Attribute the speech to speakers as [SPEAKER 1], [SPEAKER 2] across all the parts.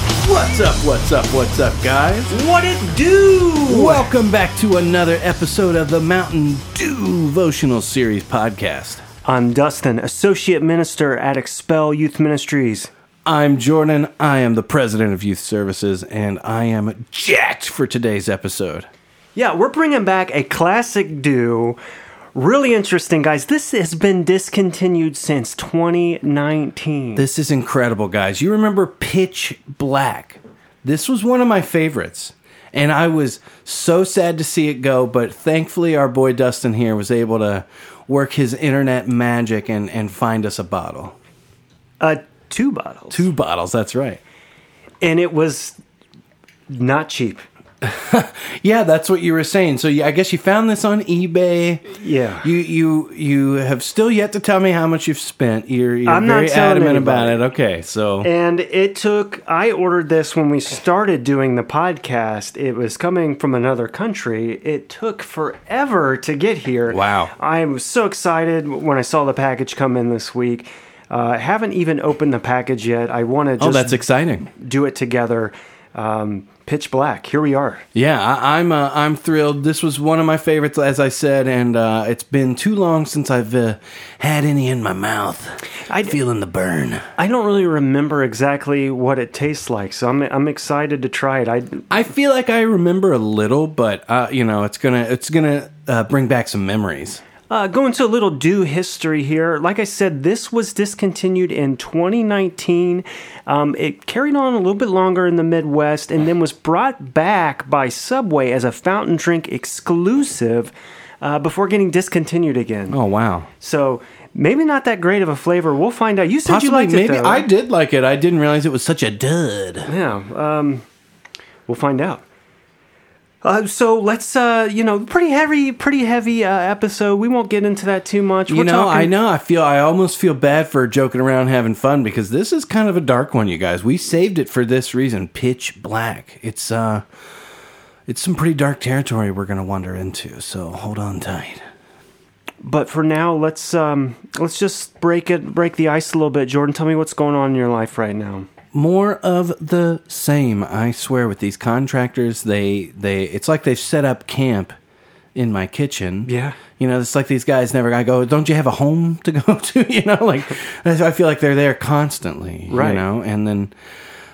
[SPEAKER 1] up, what's up, what's up, guys?
[SPEAKER 2] What it do?
[SPEAKER 1] Welcome back to another episode of the Mountain Dew Devotional Series podcast.
[SPEAKER 2] I'm Dustin, Associate Minister at Expel Youth Ministries.
[SPEAKER 1] I'm Jordan. I am the president of youth services, and I am jacked for today's episode.
[SPEAKER 2] Yeah, we're bringing back a classic do. Really interesting, guys. This has been discontinued since 2019.
[SPEAKER 1] This is incredible, guys. You remember Pitch Black? This was one of my favorites. And I was so sad to see it go, but thankfully our boy Dustin here was able to work his internet magic and, and find us a bottle.
[SPEAKER 2] uh, two bottles.
[SPEAKER 1] Two bottles, that's right.
[SPEAKER 2] And it was not cheap.
[SPEAKER 1] Yeah, that's what you were saying. So you, I guess you found this on eBay.
[SPEAKER 2] Yeah.
[SPEAKER 1] You you you have still yet to tell me how much you've spent. You're, you're
[SPEAKER 2] I'm not
[SPEAKER 1] very
[SPEAKER 2] telling
[SPEAKER 1] adamant about it.
[SPEAKER 2] anybody.
[SPEAKER 1] Okay, so
[SPEAKER 2] And it took, I ordered this when we started doing the podcast. It was coming from another country. It took forever to get here.
[SPEAKER 1] Wow.
[SPEAKER 2] I was so excited when I saw the package come in this week. Uh, I haven't even opened the package yet. I want to
[SPEAKER 1] oh,
[SPEAKER 2] just
[SPEAKER 1] that's exciting.
[SPEAKER 2] do it together. Um, pitch black. Here we are.
[SPEAKER 1] Yeah, I, I'm uh, I'm thrilled. This was one of my favorites, as I said, and uh, it's been too long since I've uh, had any in my mouth. I'm feeling the burn.
[SPEAKER 2] I don't really remember exactly what it tastes like, so I'm, I'm excited to try it. I
[SPEAKER 1] I feel like I remember a little, but uh, you know, it's gonna it's gonna uh, bring back some memories.
[SPEAKER 2] Uh, going to a little do history here. Like I said, this was discontinued in 2019. Um, it carried on a little bit longer in the Midwest and then was brought back by Subway as a fountain drink exclusive uh, before getting discontinued again.
[SPEAKER 1] Oh wow!
[SPEAKER 2] So maybe not that great of a flavor. We'll find out. You said
[SPEAKER 1] Possibly,
[SPEAKER 2] you liked
[SPEAKER 1] maybe
[SPEAKER 2] it, though.
[SPEAKER 1] I
[SPEAKER 2] right?
[SPEAKER 1] did like it. I didn't realize it was such a dud.
[SPEAKER 2] Yeah. Um, we'll find out. Uh, so let's, uh, you know, pretty heavy, pretty heavy uh, episode. We won't get into that too much.
[SPEAKER 1] You
[SPEAKER 2] We're
[SPEAKER 1] know,
[SPEAKER 2] talking-
[SPEAKER 1] I know. I feel. I almost feel bad for joking around, having fun, because this is kind of a dark one, you guys. We saved it for this reason. Pitch black. It's uh, it's some pretty dark territory we're gonna wander into. So hold on tight.
[SPEAKER 2] But for now, let's um, let's just break it, break the ice a little bit. Jordan, tell me what's going on in your life right now.
[SPEAKER 1] More of the same. I swear. With these contractors, they they. It's like they've set up camp in my kitchen.
[SPEAKER 2] Yeah.
[SPEAKER 1] You know, it's like these guys never. I go. Don't you have a home to go to? You know, like I feel like they're there constantly. You
[SPEAKER 2] Right.
[SPEAKER 1] know, and then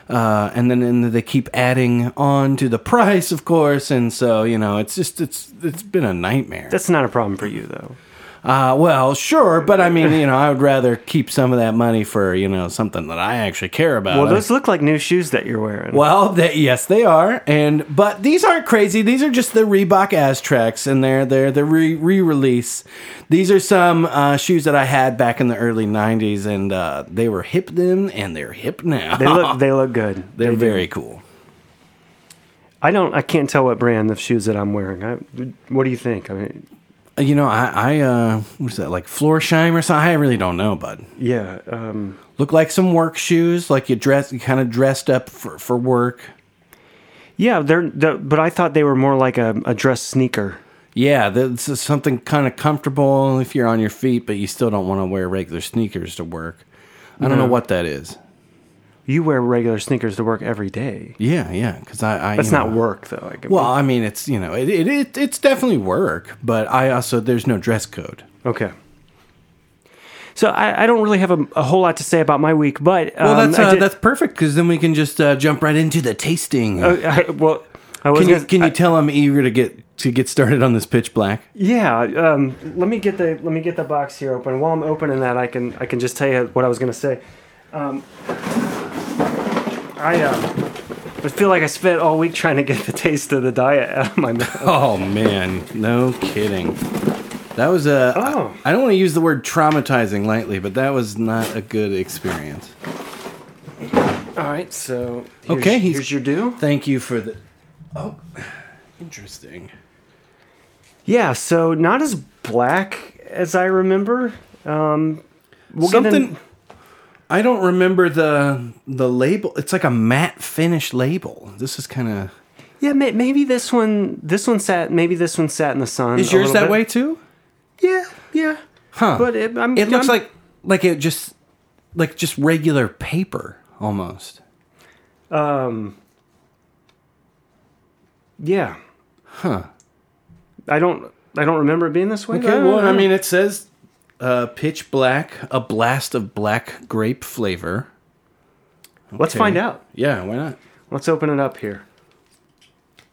[SPEAKER 1] uh, and then and they keep adding on to the price, of course, and so you know it's just it's it's been a nightmare.
[SPEAKER 2] That's not a problem for you though.
[SPEAKER 1] Uh, well, sure, but I mean, you know, I would rather keep some of that money for you know something that I actually care about.
[SPEAKER 2] Well, those look like new shoes that you're wearing.
[SPEAKER 1] Uh, Well, they, yes, they are, and but these aren't crazy. These are just the Reebok Aztrex, and they're they're the re release. These are some uh, shoes that I had back in the early '90s, and uh, they were hip then, and they're hip now.
[SPEAKER 2] They look they look good.
[SPEAKER 1] they're
[SPEAKER 2] They do.
[SPEAKER 1] very cool.
[SPEAKER 2] I don't. I can't tell what brand of shoes that I'm wearing. I, what do you think? I mean,
[SPEAKER 1] Uh, You know, I I uh, what's that like Florsheim or something? I really don't know, bud.
[SPEAKER 2] yeah. Um,
[SPEAKER 1] Look like some work shoes, like you dress, you kind of dressed up for for work.
[SPEAKER 2] yeah. They're, they're. But I thought they were more like a, a dress sneaker.
[SPEAKER 1] Yeah, this is something kind of comfortable if you're on your feet, but you still don't want to wear regular sneakers to work. I don't know what that is.
[SPEAKER 2] You wear regular sneakers to work every day.
[SPEAKER 1] Yeah, yeah, because I, I
[SPEAKER 2] That's
[SPEAKER 1] you know,
[SPEAKER 2] not work though. Like,
[SPEAKER 1] Well, I mean, it's you know, it, it, it it's definitely work, but I also there's no dress code.
[SPEAKER 2] Okay. So I, I don't really have a, a whole lot to say about my week, but um,
[SPEAKER 1] Well, that's
[SPEAKER 2] I
[SPEAKER 1] uh,
[SPEAKER 2] did-
[SPEAKER 1] that's perfect because then we can just uh, jump right into the tasting.
[SPEAKER 2] uh, I, well. I was
[SPEAKER 1] can you
[SPEAKER 2] gonna-
[SPEAKER 1] can you
[SPEAKER 2] I-
[SPEAKER 1] tell I'm eager to get to get started on this pitch black?
[SPEAKER 2] yeah. Um, let me get the let me get the box here open. While I'm opening that, I can I can just tell you what I was going to say. Um, I uh, I feel like I spent all week trying to get the taste of the diet out of my mouth.
[SPEAKER 1] Oh man, no kidding. That was a.
[SPEAKER 2] Oh.
[SPEAKER 1] I don't want to use the word traumatizing lightly, but that was not a good experience.
[SPEAKER 2] All right, so here's,
[SPEAKER 1] Okay, he's-
[SPEAKER 2] here's your due.
[SPEAKER 1] Thank you for the. Oh, interesting.
[SPEAKER 2] Yeah, so not as black as I remember. Um, we'll get in-
[SPEAKER 1] Something. I don't remember the the label. It's like a matte finish label. This is kind of.
[SPEAKER 2] Yeah, may, maybe this one. This one sat. Maybe this one sat in the sun.
[SPEAKER 1] Is
[SPEAKER 2] a
[SPEAKER 1] yours
[SPEAKER 2] little
[SPEAKER 1] that
[SPEAKER 2] bit.
[SPEAKER 1] way too?
[SPEAKER 2] Yeah, yeah.
[SPEAKER 1] Huh.
[SPEAKER 2] But it, I'm,
[SPEAKER 1] It looks
[SPEAKER 2] I'm-
[SPEAKER 1] like like it just like just regular paper almost.
[SPEAKER 2] Yeah. Huh. I don't. I don't remember it being this way.
[SPEAKER 1] Okay, well, I mean, it says uh, pitch black, a blast of black grape flavor.
[SPEAKER 2] let's
[SPEAKER 1] Okay.
[SPEAKER 2] find out.
[SPEAKER 1] Yeah, why not?
[SPEAKER 2] Let's open it up here.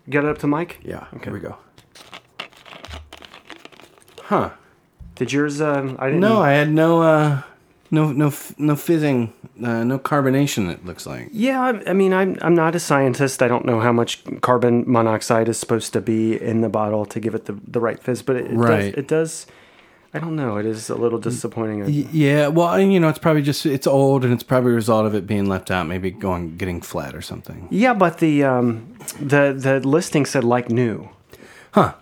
[SPEAKER 2] Get it up to Mike.
[SPEAKER 1] Yeah, here we go. Huh?
[SPEAKER 2] Did yours? Um, I didn't.
[SPEAKER 1] No, I had no, uh, no, no, f- no fizzing, uh, no carbonation. It looks like.
[SPEAKER 2] Yeah, I, I mean, I'm I'm not a scientist. I don't know how much carbon monoxide is supposed to be in the bottle to give it the, the right fizz, but it, it
[SPEAKER 1] Right.
[SPEAKER 2] does. It does. I don't know. It is a little disappointing.
[SPEAKER 1] Yeah, well, and, you know, it's probably just it's old, and it's probably a result of it being left out, maybe going getting flat or something.
[SPEAKER 2] Yeah, but the um, the the listing said like new.
[SPEAKER 1] Huh.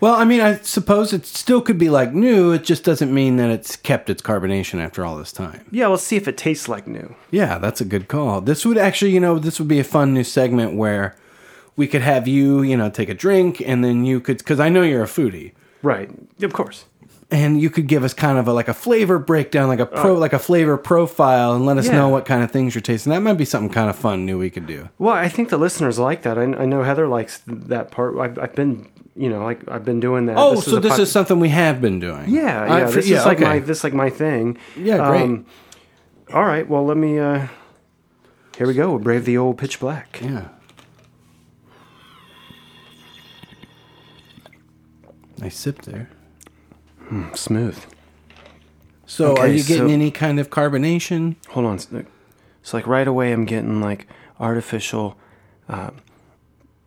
[SPEAKER 1] Well, I mean, I suppose it still could be like new. It just doesn't mean that it's kept its carbonation after all this time.
[SPEAKER 2] Yeah, let's see if it tastes like new.
[SPEAKER 1] Yeah, that's a good call. This would actually, you know, this would be a fun new segment where we could have you, you know, take a drink and then you could, because I know you're a foodie,
[SPEAKER 2] Right. Of course.
[SPEAKER 1] and you could give us kind of a, like a flavor breakdown, like a pro, like a flavor profile, and let us
[SPEAKER 2] Yeah.
[SPEAKER 1] know what kind of things you're tasting. That might be something kind of fun new we could do.
[SPEAKER 2] Well, I think the listeners like that. I, I know Heather likes that part. I've, I've been, you know, like I've been doing that.
[SPEAKER 1] Oh, so
[SPEAKER 2] a
[SPEAKER 1] this
[SPEAKER 2] pod-
[SPEAKER 1] is something we have been doing.
[SPEAKER 2] Yeah,
[SPEAKER 1] I-
[SPEAKER 2] yeah.
[SPEAKER 1] Uh, for-
[SPEAKER 2] this
[SPEAKER 1] yeah,
[SPEAKER 2] is like
[SPEAKER 1] okay.
[SPEAKER 2] my this is like my thing. Um,
[SPEAKER 1] Yeah, great.
[SPEAKER 2] all right, well let me uh here we go. We'll brave the old pitch black.
[SPEAKER 1] Yeah. Nice sip there.
[SPEAKER 2] Smooth.
[SPEAKER 1] So,
[SPEAKER 2] Okay,
[SPEAKER 1] are you getting
[SPEAKER 2] so-
[SPEAKER 1] any kind of carbonation?
[SPEAKER 2] Hold on. It's like right away I'm getting like artificial uh,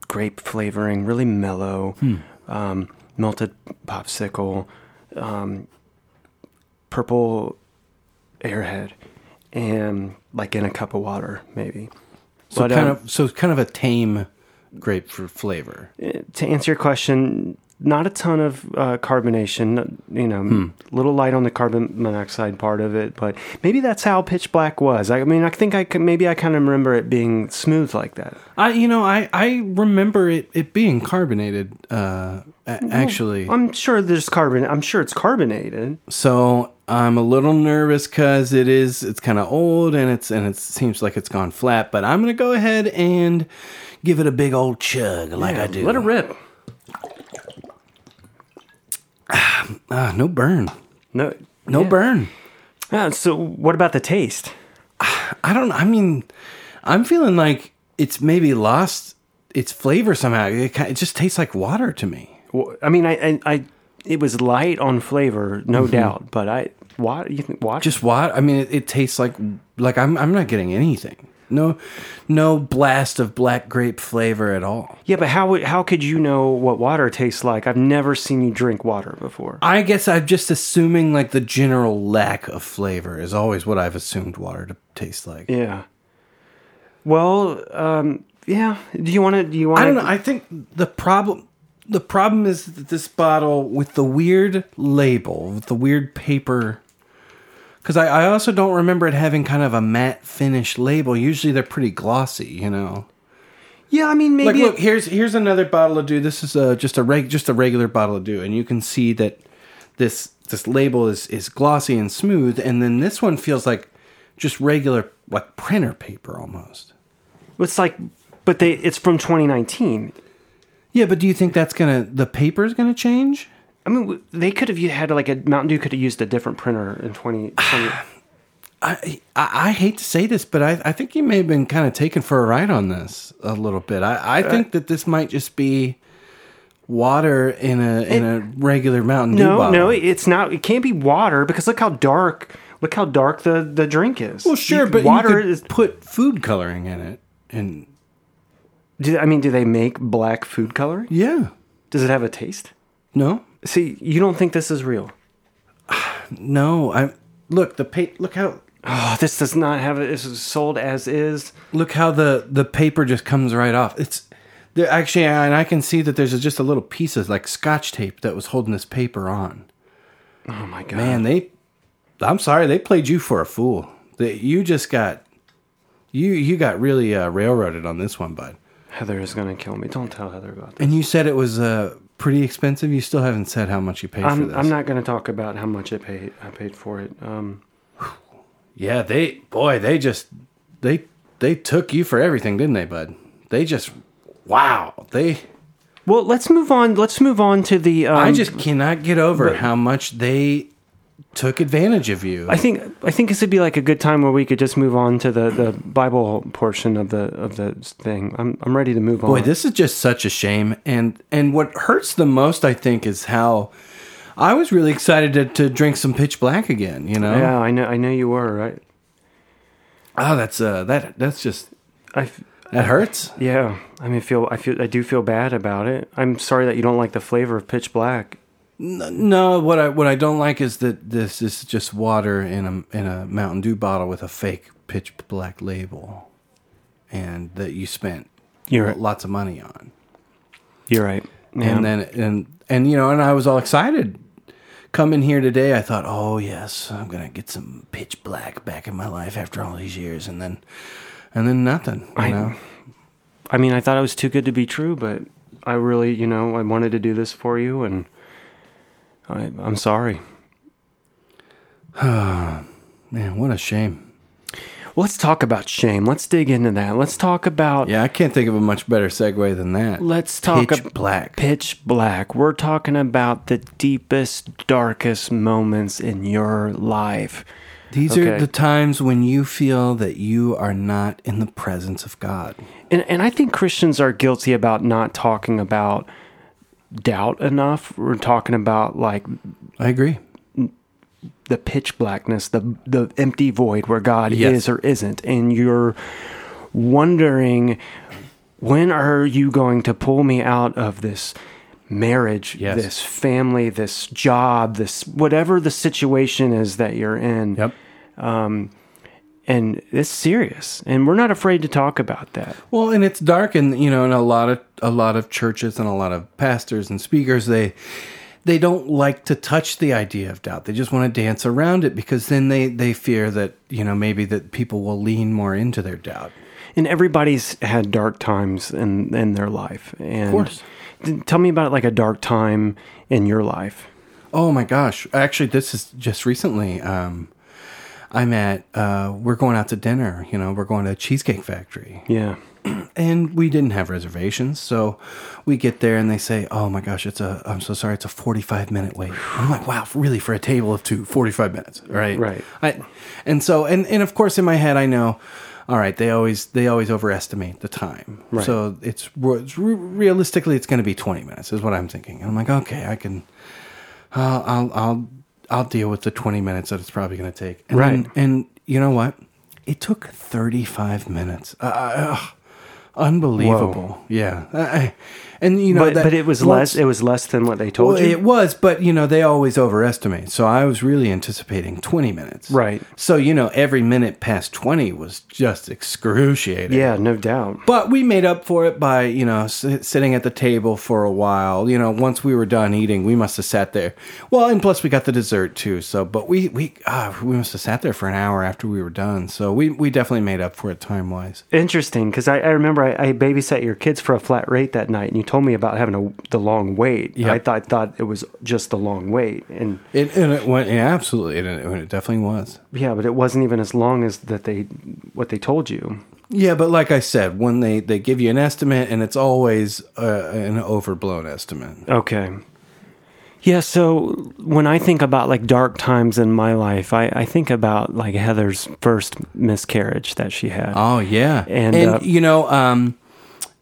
[SPEAKER 2] grape flavoring, really mellow,
[SPEAKER 1] Hmm.
[SPEAKER 2] um, melted popsicle, um, purple airhead, and like in a cup of water, maybe.
[SPEAKER 1] So
[SPEAKER 2] But,
[SPEAKER 1] kind
[SPEAKER 2] um,
[SPEAKER 1] of, so kind of a tame grapefruit flavor.
[SPEAKER 2] to answer your question, not a ton of uh, carbonation. n- You know,
[SPEAKER 1] Hmm.
[SPEAKER 2] a little light on the carbon monoxide part of it, but maybe that's how pitch black was. I mean, I think I can, maybe I kind of remember it being smooth like that.
[SPEAKER 1] I, you know, I, I remember it, it being carbonated, uh, a- actually.
[SPEAKER 2] I'm sure there's carbon. I'm sure it's carbonated.
[SPEAKER 1] So I'm a little nervous because it is, it's kind of old and it's, and it seems like it's gone flat. But I'm gonna go ahead and give it a big old chug, like I do.
[SPEAKER 2] Let it rip.
[SPEAKER 1] Ah, no burn,
[SPEAKER 2] No,
[SPEAKER 1] no burn.
[SPEAKER 2] Yeah, so, what about the taste?
[SPEAKER 1] I don't. I mean, I'm feeling like it's maybe lost its flavor somehow. It, ki- it just tastes like water to me.
[SPEAKER 2] Wh- I mean, I, I, I it was light on flavor, no doubt. But I, what you think? What?
[SPEAKER 1] Mm-hmm. Just water. I mean, it, it tastes like like I'm. I'm not getting anything. No, no blast of black grape flavor at all.
[SPEAKER 2] yeah, but how would- how could you know what water tastes like? I've never seen you drink water before.
[SPEAKER 1] I guess I'm just assuming like the general lack of flavor is always what I've assumed water to taste like.
[SPEAKER 2] Yeah. Well, um, yeah. Do you want to? Do you want?
[SPEAKER 1] I don't know. I think the problem the problem is that this bottle with the weird label, with the weird paper. Because I, I also don't remember it having kind of a matte finish label. Usually they're pretty glossy, you know.
[SPEAKER 2] Yeah, I mean,
[SPEAKER 1] Like,
[SPEAKER 2] maybe.
[SPEAKER 1] look
[SPEAKER 2] it-
[SPEAKER 1] here's here's another bottle of dew. This is a, just a reg, just a regular bottle of dew, and you can see that this this label is is glossy and smooth, and then this one feels like just regular like printer paper almost.
[SPEAKER 2] it's like, but they. It's from 2019.
[SPEAKER 1] Yeah, but do you think that's gonna the paper's gonna change?
[SPEAKER 2] I mean, w- they could have u- had like a Mountain Dew could have used a different printer in 2020.
[SPEAKER 1] I, I I hate to say this, but I, I think you may have been kind of taken for a ride on this a little bit. I, I think that this might just be water in a in a regular Mountain Dew
[SPEAKER 2] no,
[SPEAKER 1] bottle.
[SPEAKER 2] no, it's not. It can't be water because look how dark. Look how dark the the drink is.
[SPEAKER 1] well, sure,
[SPEAKER 2] You-
[SPEAKER 1] but water
[SPEAKER 2] water
[SPEAKER 1] you could
[SPEAKER 2] is.
[SPEAKER 1] put food coloring in it, and
[SPEAKER 2] Do, I mean, do they make black food coloring?
[SPEAKER 1] yeah,
[SPEAKER 2] Does it have a taste?
[SPEAKER 1] no,
[SPEAKER 2] See, you don't think this is real.
[SPEAKER 1] no. I look the pa- look how
[SPEAKER 2] Oh, this does not have it. This is sold as is.
[SPEAKER 1] look how the the paper just comes right off. It's there actually, and I can see that there's just a little piece of like scotch tape that was holding this paper on.
[SPEAKER 2] Oh my god.
[SPEAKER 1] Man, they I'm sorry, they played you for a fool. That you just got you you got really uh, railroaded on this one, bud.
[SPEAKER 2] Heather is gonna kill me. Don't tell Heather about that.
[SPEAKER 1] And you said it was uh pretty expensive. You still haven't said how much you paid for
[SPEAKER 2] I'm,
[SPEAKER 1] this.
[SPEAKER 2] I'm not gonna talk about how much I paid. I paid for it. Um,
[SPEAKER 1] yeah, they boy, they just they they took you for everything, didn't they, bud? They just wow. They
[SPEAKER 2] Well, let's move on. Let's move on to the. Um,
[SPEAKER 1] I just cannot get over how much they took advantage of you.
[SPEAKER 2] I think I think this would be like a good time where we could just move on to the, the Bible portion of the of the thing. I'm I'm ready to move on.
[SPEAKER 1] Boy, this is just such a shame. And and what hurts the most, I think, is how I was really excited to, to drink some pitch black again. You know,
[SPEAKER 2] yeah, I know I know you were right.
[SPEAKER 1] oh, that's uh, that that's just
[SPEAKER 2] I f-
[SPEAKER 1] that hurts.
[SPEAKER 2] yeah. I mean, feel I feel I do feel bad about it. I'm sorry that you don't like the flavor of pitch black.
[SPEAKER 1] No, what I what I don't like is that this is just water in a in a Mountain Dew bottle with a fake pitch black label, and that you spent
[SPEAKER 2] You're right.
[SPEAKER 1] lots of money on.
[SPEAKER 2] You're right. Yeah.
[SPEAKER 1] and then and and you know and i was all excited coming here today i thought oh yes i'm gonna get some pitch black back in my life after all these years and then and then nothing you
[SPEAKER 2] I-
[SPEAKER 1] know
[SPEAKER 2] I mean, I thought it was too good to be true, but I really, you know, I wanted to do this for you, and I, I'm sorry.
[SPEAKER 1] man what a shame
[SPEAKER 2] Well, let's talk about shame. Let's dig into that. Let's talk about
[SPEAKER 1] yeah i can't think of a much better segue than that
[SPEAKER 2] Let's talk
[SPEAKER 1] pitch
[SPEAKER 2] ab-
[SPEAKER 1] black
[SPEAKER 2] pitch black. We're talking about the deepest, darkest moments in your life.
[SPEAKER 1] these are
[SPEAKER 2] okay.
[SPEAKER 1] the times when you feel that you are not in the presence of god
[SPEAKER 2] And, and I think Christians are guilty about not talking about doubt enough. We're talking about like
[SPEAKER 1] i agree
[SPEAKER 2] the pitch blackness, the the empty void where God
[SPEAKER 1] Yes.
[SPEAKER 2] is or isn't, and you're wondering when are you going to pull me out of this marriage,
[SPEAKER 1] Yes.
[SPEAKER 2] this family, this job, this whatever the situation is that you're in. And it's serious. And we're not afraid to talk about that.
[SPEAKER 1] Well, and it's dark, and you know, and a lot of a lot of churches and a lot of pastors and speakers they they don't like to touch the idea of doubt. They just want to dance around it because then they they fear that you know maybe that people will lean more into their doubt.
[SPEAKER 2] And everybody's had dark times in, in their life. And of
[SPEAKER 1] course.
[SPEAKER 2] tell me about like a dark time in your life.
[SPEAKER 1] Oh my gosh! Actually, this is just recently. Um, I'm at. Uh, we're going out to dinner. You know, we're going to a cheesecake factory.
[SPEAKER 2] Yeah.
[SPEAKER 1] and we didn't have reservations so we get there and they say oh my gosh it's a i'm so sorry it's a 45 minute wait i'm like wow really for a table of two 45 minutes right
[SPEAKER 2] Right.
[SPEAKER 1] I, and so and, and of course in my head i know all right they always they always overestimate the time
[SPEAKER 2] Right.
[SPEAKER 1] so it's, it's re- realistically it's going to be 20 minutes is what i'm thinking and i'm like okay i can I'll I'll I'll, I'll deal with the twenty minutes that it's probably going to take. And
[SPEAKER 2] Right.
[SPEAKER 1] then- and you know what? It took thirty five minutes. Uh, Uh, ugh. unbelievable. Yeah. I, I- and you know,
[SPEAKER 2] but,
[SPEAKER 1] that-
[SPEAKER 2] but it was
[SPEAKER 1] once-
[SPEAKER 2] less it was less than what they told
[SPEAKER 1] well,
[SPEAKER 2] you
[SPEAKER 1] it was, but you know, they always overestimate. So I was really anticipating 20 minutes.
[SPEAKER 2] Right.
[SPEAKER 1] So, you know, every minute past 20 was just excruciating.
[SPEAKER 2] yeah no doubt
[SPEAKER 1] But we made up for it by, you know, s- sitting at the table for a while. You know, once we were done eating, we must have sat there. Well, and plus we got the dessert too. So, but we we ah, we must have sat there for an hour after we were done. So we we definitely made up for it time wise.
[SPEAKER 2] interesting because I, I remember I, I babysat your kids for a flat rate that night and you told me about having a, the long wait
[SPEAKER 1] Yeah.
[SPEAKER 2] i thought thought it was just the long wait and
[SPEAKER 1] It and it went yeah, absolutely. and It, and it definitely was.
[SPEAKER 2] yeah but it wasn't even as long as that they what they told you
[SPEAKER 1] Yeah, but like I said, when they they give you an estimate, and it's always uh, an overblown estimate.
[SPEAKER 2] okay yeah so when i think about like dark times in my life i, I think about like heather's first miscarriage that she had
[SPEAKER 1] Oh yeah,
[SPEAKER 2] And, uh,
[SPEAKER 1] you know, um,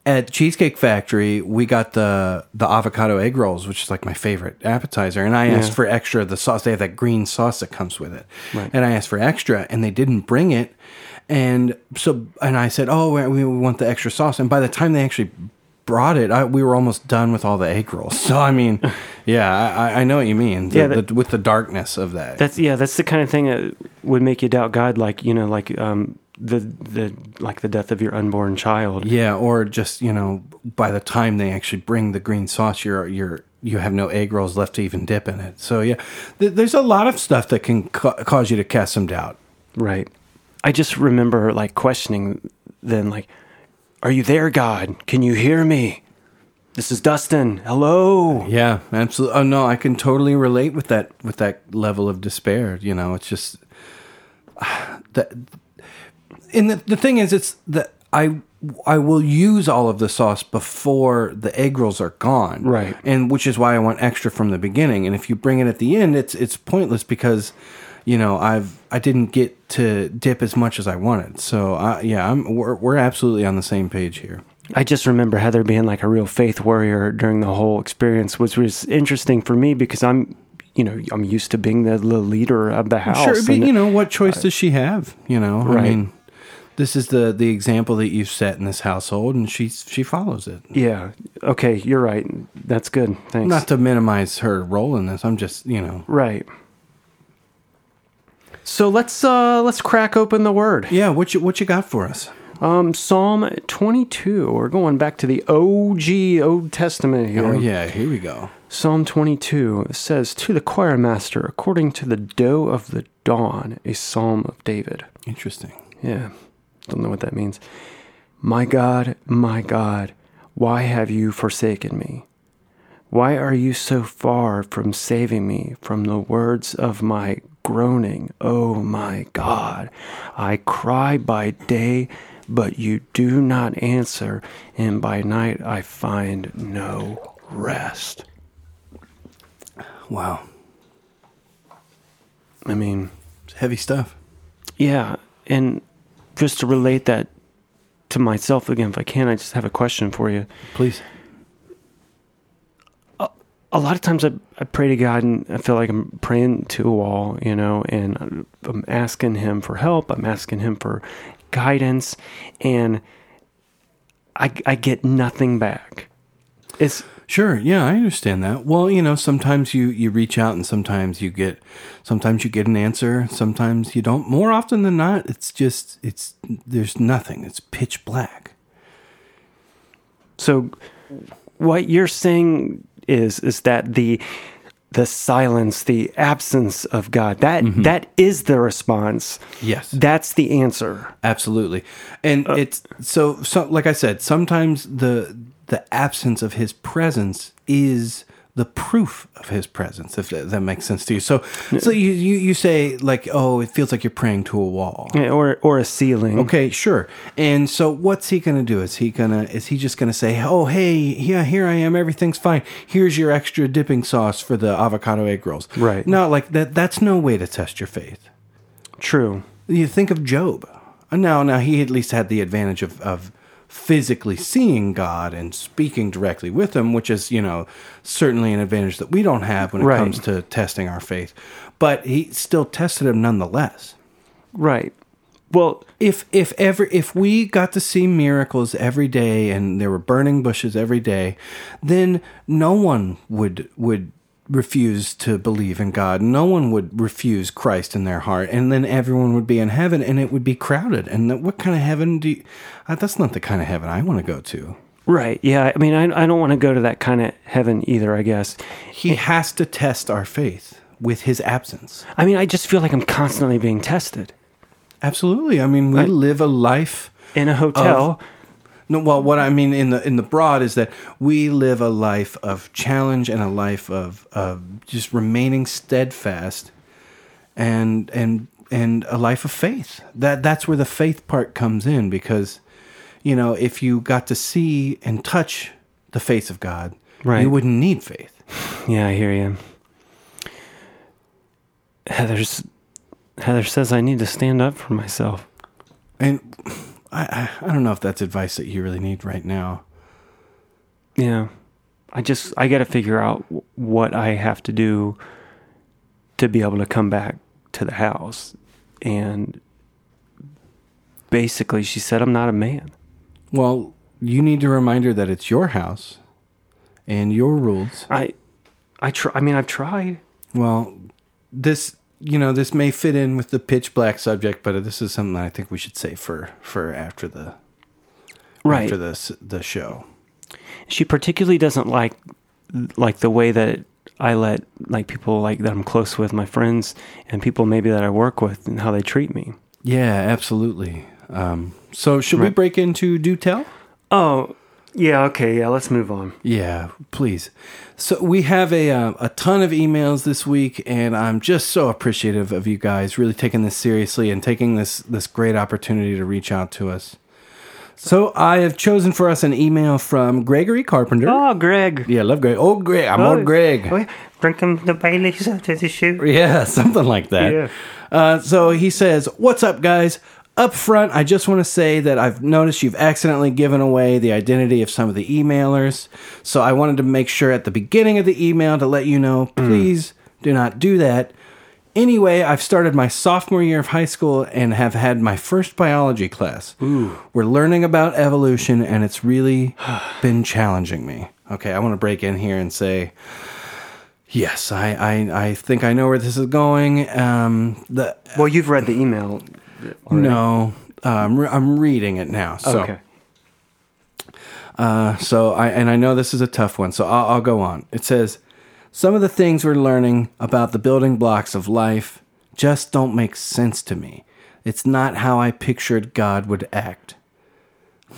[SPEAKER 1] at Cheesecake Factory, we got the the avocado egg rolls, which is like my favorite appetizer. And I asked
[SPEAKER 2] Yeah.
[SPEAKER 1] for extra of the sauce. They have that green sauce that comes with it,
[SPEAKER 2] Right.
[SPEAKER 1] and I asked for extra, and they didn't bring it. And so, and I said, "Oh, we, we want the extra sauce." And by the time they actually brought it, I, we were almost done with all the egg rolls. So I mean, yeah, I, I- I know what you mean. The-
[SPEAKER 2] Yeah, that-
[SPEAKER 1] the- with the darkness of that.
[SPEAKER 2] That's yeah. That's the kind of thing that would make you doubt God, like you know, like um the the like the death of your unborn child.
[SPEAKER 1] Yeah, or just you know, by the time they actually bring the green sauce, you're you're you have no egg rolls left to even dip in it. So yeah, th- there's a lot of stuff that can ca- cause you to cast some doubt.
[SPEAKER 2] Right. I just remember like questioning then like, "Are you there, God? Can you hear me? This is Dustin. Hello."
[SPEAKER 1] Yeah, absolutely. Oh no, I can totally relate with that with that level of despair. You know, it's just that. And the, the thing is, it's that I I will use all of the sauce before the egg rolls are gone.
[SPEAKER 2] Right.
[SPEAKER 1] And which is why I want extra from the beginning. And if you bring it at the end, it's it's pointless because you know, I've I didn't get to dip as much as I wanted. So, I, yeah, I'm we're, we're absolutely on the same page here.
[SPEAKER 2] I just remember Heather being like a real faith warrior during the whole experience, which was interesting for me because I'm, you know, I'm used to being the, the leader of the house.
[SPEAKER 1] Sure, but
[SPEAKER 2] and-
[SPEAKER 1] you know what choice does she have? You know,
[SPEAKER 2] Right.
[SPEAKER 1] I mean, this is the the example that you've set in this household, and she she follows it.
[SPEAKER 2] yeah. Okay, you're right. That's good. Thanks.
[SPEAKER 1] Not to minimize her role in this, I'm just you know,
[SPEAKER 2] right. So let's uh let's crack open the word.
[SPEAKER 1] yeah. What you what you got for us?
[SPEAKER 2] Um Psalm 22. We're going back to the OG Old Testament here.
[SPEAKER 1] Oh yeah, here we go.
[SPEAKER 2] Psalm 22 says, To the choir master, according to the doe of the dawn, a psalm of David.
[SPEAKER 1] Interesting.
[SPEAKER 2] Yeah, don't know what that means. My God, my God, why have you forsaken me? Why are you so far from saving me from the words of my groaning? Oh my God, I cry by day, but you do not answer, and by night I find no rest.
[SPEAKER 1] Wow,
[SPEAKER 2] I mean,
[SPEAKER 1] it's heavy stuff.
[SPEAKER 2] Yeah, and just to relate that to myself again, if I can, I just have a question for you.
[SPEAKER 1] Please.
[SPEAKER 2] A lot of times I, I pray to God and I feel like I'm praying to a wall, you know, and I'm- I'm asking Him for help, I'm asking Him for guidance, and I, I get nothing back. It's
[SPEAKER 1] Sure. Yeah, I understand that. Well, you know, sometimes you you reach out, and sometimes you get, sometimes you get an answer, sometimes you don't. More often than not, it's just it's there's nothing. It's pitch black.
[SPEAKER 2] So what you're saying is is that the the silence, the absence of God, that that is the response.
[SPEAKER 1] Mm-hmm. Yes.
[SPEAKER 2] That's the answer.
[SPEAKER 1] Absolutely. And
[SPEAKER 2] Uh,
[SPEAKER 1] it's so so like I said, sometimes the the absence of his presence is the proof of his presence, if that, that makes sense to you. So so you, you you say like, oh, it feels like you're praying to a wall.
[SPEAKER 2] Yeah, Or or a ceiling.
[SPEAKER 1] Okay, sure. And so what's he gonna do? Is he gonna is he just gonna say, Oh hey, yeah, here I am, everything's fine. Here's your extra dipping sauce for the avocado egg rolls.
[SPEAKER 2] Right.
[SPEAKER 1] No, like that that's no way to test your faith.
[SPEAKER 2] True.
[SPEAKER 1] You think of Job. Uh, Now, now he at least had the advantage of, of physically seeing God and speaking directly with Him, which is you know certainly an advantage that we don't have when it
[SPEAKER 2] Right.
[SPEAKER 1] comes to testing our faith. But he still tested him nonetheless.
[SPEAKER 2] Right. Well,
[SPEAKER 1] If if ever if we got to see miracles every day and there were burning bushes every day, then no one would would refuse to believe in God. No one would refuse Christ in their heart, and then everyone would be in heaven, and it would be crowded. And that, what kind of heaven do? You, uh, that's not the kind of heaven I want to go to.
[SPEAKER 2] right. Yeah, I mean I I don't want to go to that kind of heaven either, I guess.
[SPEAKER 1] He has to test our faith with His absence.
[SPEAKER 2] I mean, I just feel like I'm constantly being tested
[SPEAKER 1] Absolutely. I mean, we live a life.
[SPEAKER 2] in a hotel.
[SPEAKER 1] No, well, what I mean in the in the broad is that we live a life of challenge and a life of of just remaining steadfast, and and and a life of faith. That that's where the faith part comes in because, you know, if you got to see and touch the face of God,
[SPEAKER 2] Right.
[SPEAKER 1] you wouldn't need faith.
[SPEAKER 2] Yeah, I hear you. Heather's Heather says I need to stand up for myself.
[SPEAKER 1] And I I, I don't know if that's advice that you really need right now.
[SPEAKER 2] Yeah. I just I got to figure out w- what I have to do to be able to come back to the house. And basically she said I'm not a man.
[SPEAKER 1] Well, you need to remind her that it's your house, and your rules.
[SPEAKER 2] I I try I mean I've tried.
[SPEAKER 1] Well, this you know this may fit in with the pitch black subject, but this is something that I think we should say for for after the
[SPEAKER 2] Right.
[SPEAKER 1] after this the show.
[SPEAKER 2] she particularly doesn't like like the way that I let like people like that I'm close with, my friends and people maybe that I work with and how they treat me.
[SPEAKER 1] Yeah, absolutely. Um, so should we break into do tell?
[SPEAKER 2] Oh, yeah, okay, yeah, let's move on.
[SPEAKER 1] Yeah, please. So we have a uh, a ton of emails this week, and I'm just so appreciative of you guys really taking this seriously and taking this this great opportunity to reach out to us. So I have chosen for us an email from Gregory Carpenter.
[SPEAKER 2] Oh, Greg.
[SPEAKER 1] Yeah, love Greg. Old Greg. I'm
[SPEAKER 2] Oh,
[SPEAKER 1] old Greg.
[SPEAKER 2] oh, yeah. Bring him the Baileys out of the shoe.
[SPEAKER 1] Yeah, something like that.
[SPEAKER 2] Yeah.
[SPEAKER 1] Uh, so he says, What's up, guys? Up front, I just want to say that I've noticed you've accidentally given away the identity of some of the emailers. So I wanted to make sure at the beginning of the email to let you know please do not do that. Anyway, I've started my sophomore year of high school and have had my first biology class. Ooh. We're learning about evolution and it's really been challenging me. Okay, I want to break in here and say, Yes, I, I, I think I know where this is going. Um, the
[SPEAKER 2] Well, you've read the email.
[SPEAKER 1] no, um, re- I'm reading it now. So,
[SPEAKER 2] Okay.
[SPEAKER 1] uh, so I and I know this is a tough one. So I'll, I'll go on. It says some of the things we're learning about the building blocks of life just don't make sense to me. It's not how I pictured God would act.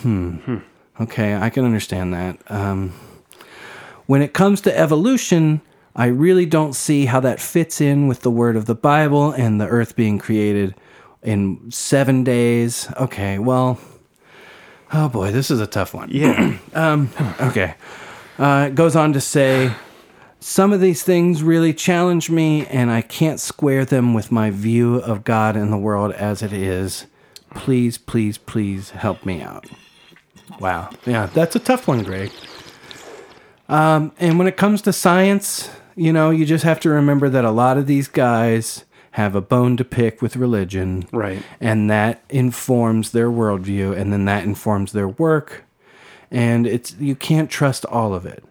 [SPEAKER 1] Hmm. Okay, I can understand that. Um, when it comes to evolution, I really don't see how that fits in with the word of the Bible and the earth being created in seven days. Okay, well, oh boy, this is a tough one.
[SPEAKER 2] Yeah.
[SPEAKER 1] Okay. Uh, it goes on to say, some of these things really challenge me, and I can't square them with my view of God and the world as it is. Please, please, please help me out. Wow. Yeah, that's a tough one, Greg. Um, and when it comes to science, you know, you just have to remember that a lot of these guys have a bone to pick with religion.
[SPEAKER 2] Right.
[SPEAKER 1] And that informs their worldview, and then that informs their work. And it's you can't trust all of it.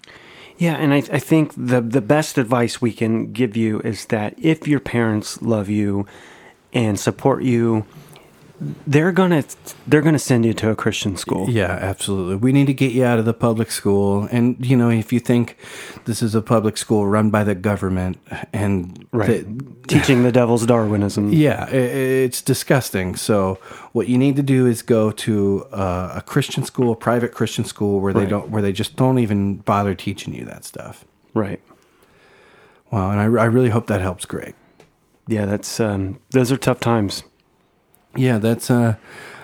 [SPEAKER 2] Yeah, and I, I think the the best advice we can give you is that if your parents love you and support you, they're gonna they're gonna send you to a Christian school.
[SPEAKER 1] Yeah, absolutely. We need to get you out of the public school. And, you know, if you think this is a public school run by the government and.
[SPEAKER 2] Right.
[SPEAKER 1] the-
[SPEAKER 2] Teaching the devil's Darwinism.
[SPEAKER 1] yeah, i- i it's disgusting. So, what you need to do is go to uh, a Christian school, a private Christian school, where they
[SPEAKER 2] Right.
[SPEAKER 1] don't, where they just don't even bother teaching you that stuff.
[SPEAKER 2] Right.
[SPEAKER 1] Wow, and I, I really hope that helps, Greg.
[SPEAKER 2] Yeah, that's um, those are tough times.
[SPEAKER 1] Yeah, that's uh,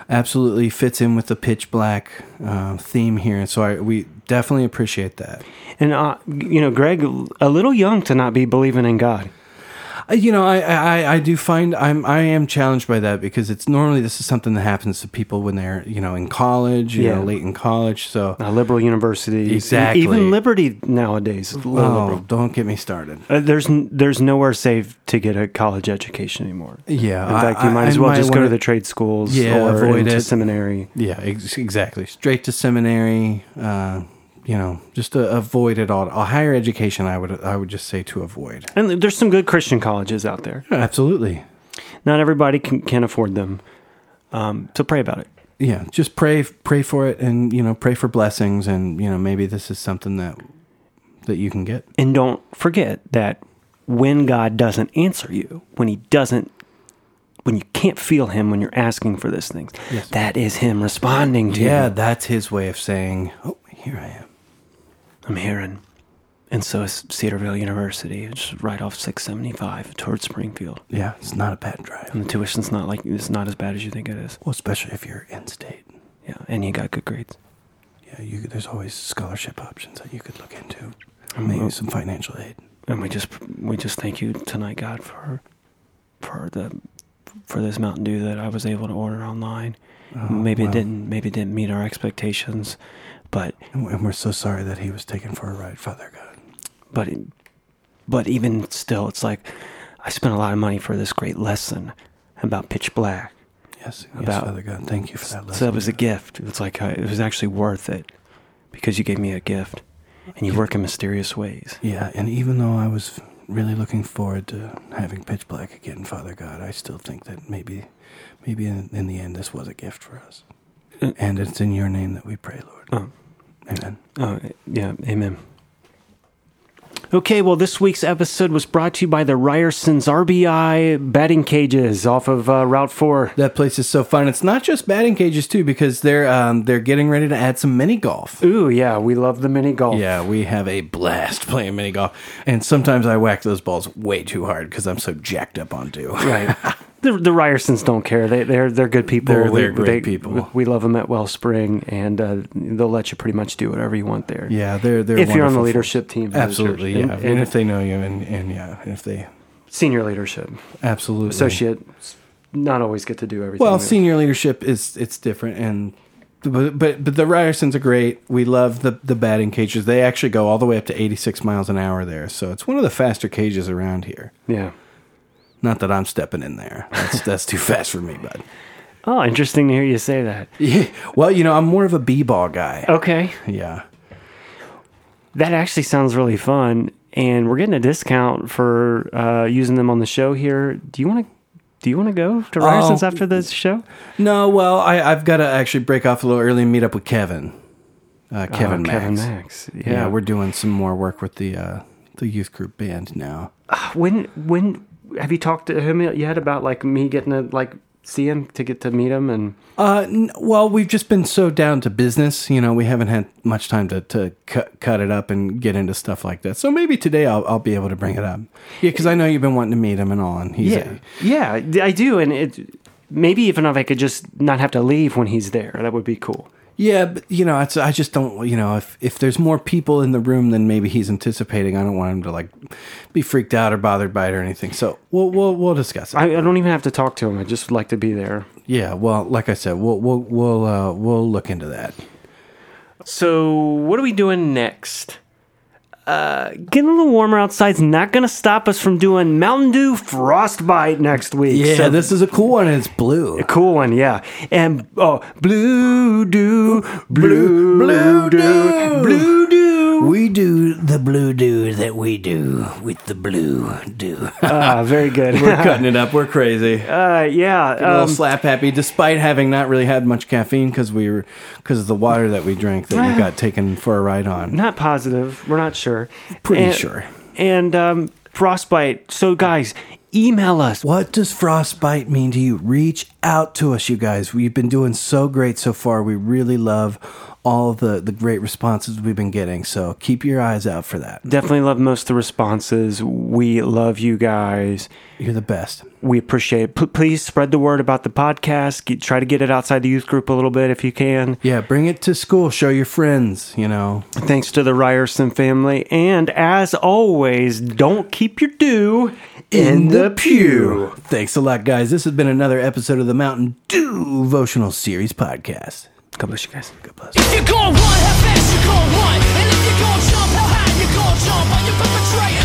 [SPEAKER 1] absolutely fits in with the pitch black uh, theme here, and so I, we definitely appreciate that.
[SPEAKER 2] And uh, you know, Greg, a little young to not be believing in God.
[SPEAKER 1] Uh, You know, I, I I- I do find I'm I am challenged by that because it's normally this is something that happens to people when they're you know in college, you
[SPEAKER 2] Yeah.
[SPEAKER 1] know, late in college. So
[SPEAKER 2] Uh, liberal universities, e-
[SPEAKER 1] Exactly.
[SPEAKER 2] even Liberty nowadays. is a little liberal.
[SPEAKER 1] oh, don't get me started.
[SPEAKER 2] Uh, there's n- there's nowhere safe to get a college education anymore.
[SPEAKER 1] Yeah,
[SPEAKER 2] In fact,
[SPEAKER 1] I-
[SPEAKER 2] you might
[SPEAKER 1] I-
[SPEAKER 2] as
[SPEAKER 1] I
[SPEAKER 2] well
[SPEAKER 1] might
[SPEAKER 2] just go to
[SPEAKER 1] wanna-
[SPEAKER 2] the trade schools
[SPEAKER 1] Yeah,
[SPEAKER 2] or
[SPEAKER 1] avoid
[SPEAKER 2] into
[SPEAKER 1] it.
[SPEAKER 2] seminary.
[SPEAKER 1] Yeah, ex- exactly. Straight to seminary. Uh, you know, just to avoid it all. A higher education, I would I would just say to avoid.
[SPEAKER 2] And there's some good Christian colleges out there.
[SPEAKER 1] Absolutely.
[SPEAKER 2] Not everybody can, can afford them. Um, so pray about it.
[SPEAKER 1] Yeah, just pray pray for it, and you know, pray for blessings, and you know, maybe this is something that that you can get.
[SPEAKER 2] And don't forget that when God doesn't answer you, when he doesn't when you can't feel him when you're asking for this thing,
[SPEAKER 1] Yes.
[SPEAKER 2] that is him responding to
[SPEAKER 1] Yeah,
[SPEAKER 2] you.
[SPEAKER 1] that's his way of saying, "Oh, here I am."
[SPEAKER 2] I'm hearing. And so is Cedarville University, which is right off 675 towards Springfield.
[SPEAKER 1] Yeah, it's not a bad drive.
[SPEAKER 2] And the tuition's not like it's not as bad as you think it is.
[SPEAKER 1] Well, especially if you're in state.
[SPEAKER 2] Yeah, and you got good grades.
[SPEAKER 1] Yeah, you, could- there's always scholarship options that you could look into.
[SPEAKER 2] Hmm.
[SPEAKER 1] Maybe some financial aid.
[SPEAKER 2] And we just we just thank you tonight, God, for for the for this Mountain Dew that I was able to order online. Hmm, maybe
[SPEAKER 1] Oh, wow.
[SPEAKER 2] it didn't maybe it didn't meet our expectations, but
[SPEAKER 1] And and we're so sorry that he was taken for a ride, Father God.
[SPEAKER 2] but it, but even still, it's like I spent a lot of money for this great lesson about pitch black.
[SPEAKER 1] Yes, yes,
[SPEAKER 2] About-
[SPEAKER 1] Father God. Thank you for that
[SPEAKER 2] so
[SPEAKER 1] lesson.
[SPEAKER 2] it was a gift. It's like uh, it was actually worth it because you gave me a gift, and you work in mysterious ways.
[SPEAKER 1] yeah, and even though I was really looking forward to having Pitch Black again, Father God, I still think that maybe, maybe in, in the end, this was a gift for us.
[SPEAKER 2] Uh,
[SPEAKER 1] And it's in your name that we pray, Lord.
[SPEAKER 2] Um,
[SPEAKER 1] Amen.
[SPEAKER 2] Oh, yeah. Amen. Okay, well, this week's episode was brought to you by the Ryerson's RBI batting cages off of uh, Route 4.
[SPEAKER 1] That place is so fun. It's not just batting cages too, because they're um, they're getting ready to add some mini golf.
[SPEAKER 2] Ooh, yeah, we love the mini golf.
[SPEAKER 1] Yeah, we have a blast playing mini golf, and sometimes I whack those balls way too hard because I'm so jacked up on dew.
[SPEAKER 2] Right. the, the Ryersons don't care. They, they're they're good people.
[SPEAKER 1] They're- they're great people.
[SPEAKER 2] We love them at Wellspring, and uh, they'll let you pretty much do whatever you want there.
[SPEAKER 1] Yeah, they're they're
[SPEAKER 2] if you're on the
[SPEAKER 1] wonderful.
[SPEAKER 2] leadership team, of the
[SPEAKER 1] Absolutely,
[SPEAKER 2] church.
[SPEAKER 1] yeah.
[SPEAKER 2] And-
[SPEAKER 1] and
[SPEAKER 2] and
[SPEAKER 1] if they know you, and and yeah, if they
[SPEAKER 2] senior leadership,
[SPEAKER 1] absolutely
[SPEAKER 2] associates not always get to do everything.
[SPEAKER 1] Well,
[SPEAKER 2] that-
[SPEAKER 1] senior leadership is it's different, and but but, but the Ryersons are great. We love the the batting cages. They actually go all the way up to eighty six miles an hour there, so it's one of the faster cages around here.
[SPEAKER 2] yeah.
[SPEAKER 1] Not that I'm stepping in there. That's that's too fast for me, bud.
[SPEAKER 2] Oh, interesting to hear you say that.
[SPEAKER 1] Yeah. Well, you know, I'm more of a b-ball guy.
[SPEAKER 2] Okay,
[SPEAKER 1] Yeah.
[SPEAKER 2] that actually sounds really fun, and we're getting a discount for uh, using them on the show here. Do you want to? Do you want to go
[SPEAKER 1] Oh.
[SPEAKER 2] to Ryersons after this show?
[SPEAKER 1] No, well, I, I've got to actually break off a little early and meet up with Kevin. Uh, Kevin Max.
[SPEAKER 2] Oh, Kevin Max. Yeah.
[SPEAKER 1] Yeah, we're doing some more work with the uh, the youth group band now.
[SPEAKER 2] when when have you talked to him yet about like me getting to like see him to get to meet him and
[SPEAKER 1] Uh, n- well, we've just been so down to business. You know, we haven't had much time to, to cut, cut it up and get into stuff like that. So maybe today I'll, I'll be able to bring it up. Yeah, because I know you've been wanting to meet him and all. And he's a-
[SPEAKER 2] yeah I do and it maybe even if I could just not have to leave when he's there that would be cool
[SPEAKER 1] yeah, but you know, it's, I just don't. You know, if if there's more people in the room than maybe he's anticipating, I don't want him to like be freaked out or bothered by it or anything. So we'll we'll, we'll discuss it.
[SPEAKER 2] I, I don't even have to talk to him I just would like to be there
[SPEAKER 1] yeah. Well, like I said, we'll we'll we'll uh, we'll look into that.
[SPEAKER 2] so what are we doing next uh, getting a little warmer outside's not gonna stop us from doing Mountain Dew Frostbite next week
[SPEAKER 1] Yeah,
[SPEAKER 2] So-
[SPEAKER 1] this is a cool one. and It's blue.
[SPEAKER 2] Cool one, yeah. And oh, blue do, blue, blue
[SPEAKER 1] Blue
[SPEAKER 2] do,
[SPEAKER 1] Dew.
[SPEAKER 2] blue do.
[SPEAKER 1] We do the blue do that we do with the blue do.
[SPEAKER 2] Ah, very good.
[SPEAKER 1] Cutting it up, we're crazy.
[SPEAKER 2] uh, yeah,
[SPEAKER 1] a little
[SPEAKER 2] um,
[SPEAKER 1] slap happy, despite having not really had much caffeine because we were because of the water that we drank that we got taken for a ride on.
[SPEAKER 2] not positive. We're not sure.
[SPEAKER 1] Pretty
[SPEAKER 2] And-
[SPEAKER 1] sure.
[SPEAKER 2] And um, frostbite. So guys, email us.
[SPEAKER 1] What does frostbite mean to you? Reach out to us, you guys. We've been doing so great so far. We really love all the the great responses we've been getting. So keep your eyes out for that.
[SPEAKER 2] Definitely love most of the responses. We love you guys.
[SPEAKER 1] You're the best.
[SPEAKER 2] We appreciate it. P- please spread the word about the podcast. Get, try to get it outside the youth group a little bit if you can.
[SPEAKER 1] Yeah, bring it to school. Show your friends. You know.
[SPEAKER 2] Thanks to the Ryerson family. And as always, don't keep your due in the pew.
[SPEAKER 1] Thanks a lot, guys. This has been another episode of the Mountain Dew Devotional Series podcast.
[SPEAKER 2] God bless you guys.
[SPEAKER 1] God bless.
[SPEAKER 3] If you're gonna run, how fast you gonna run? And if you're gonna jump, how high you gonna jump? Are you perpetrating?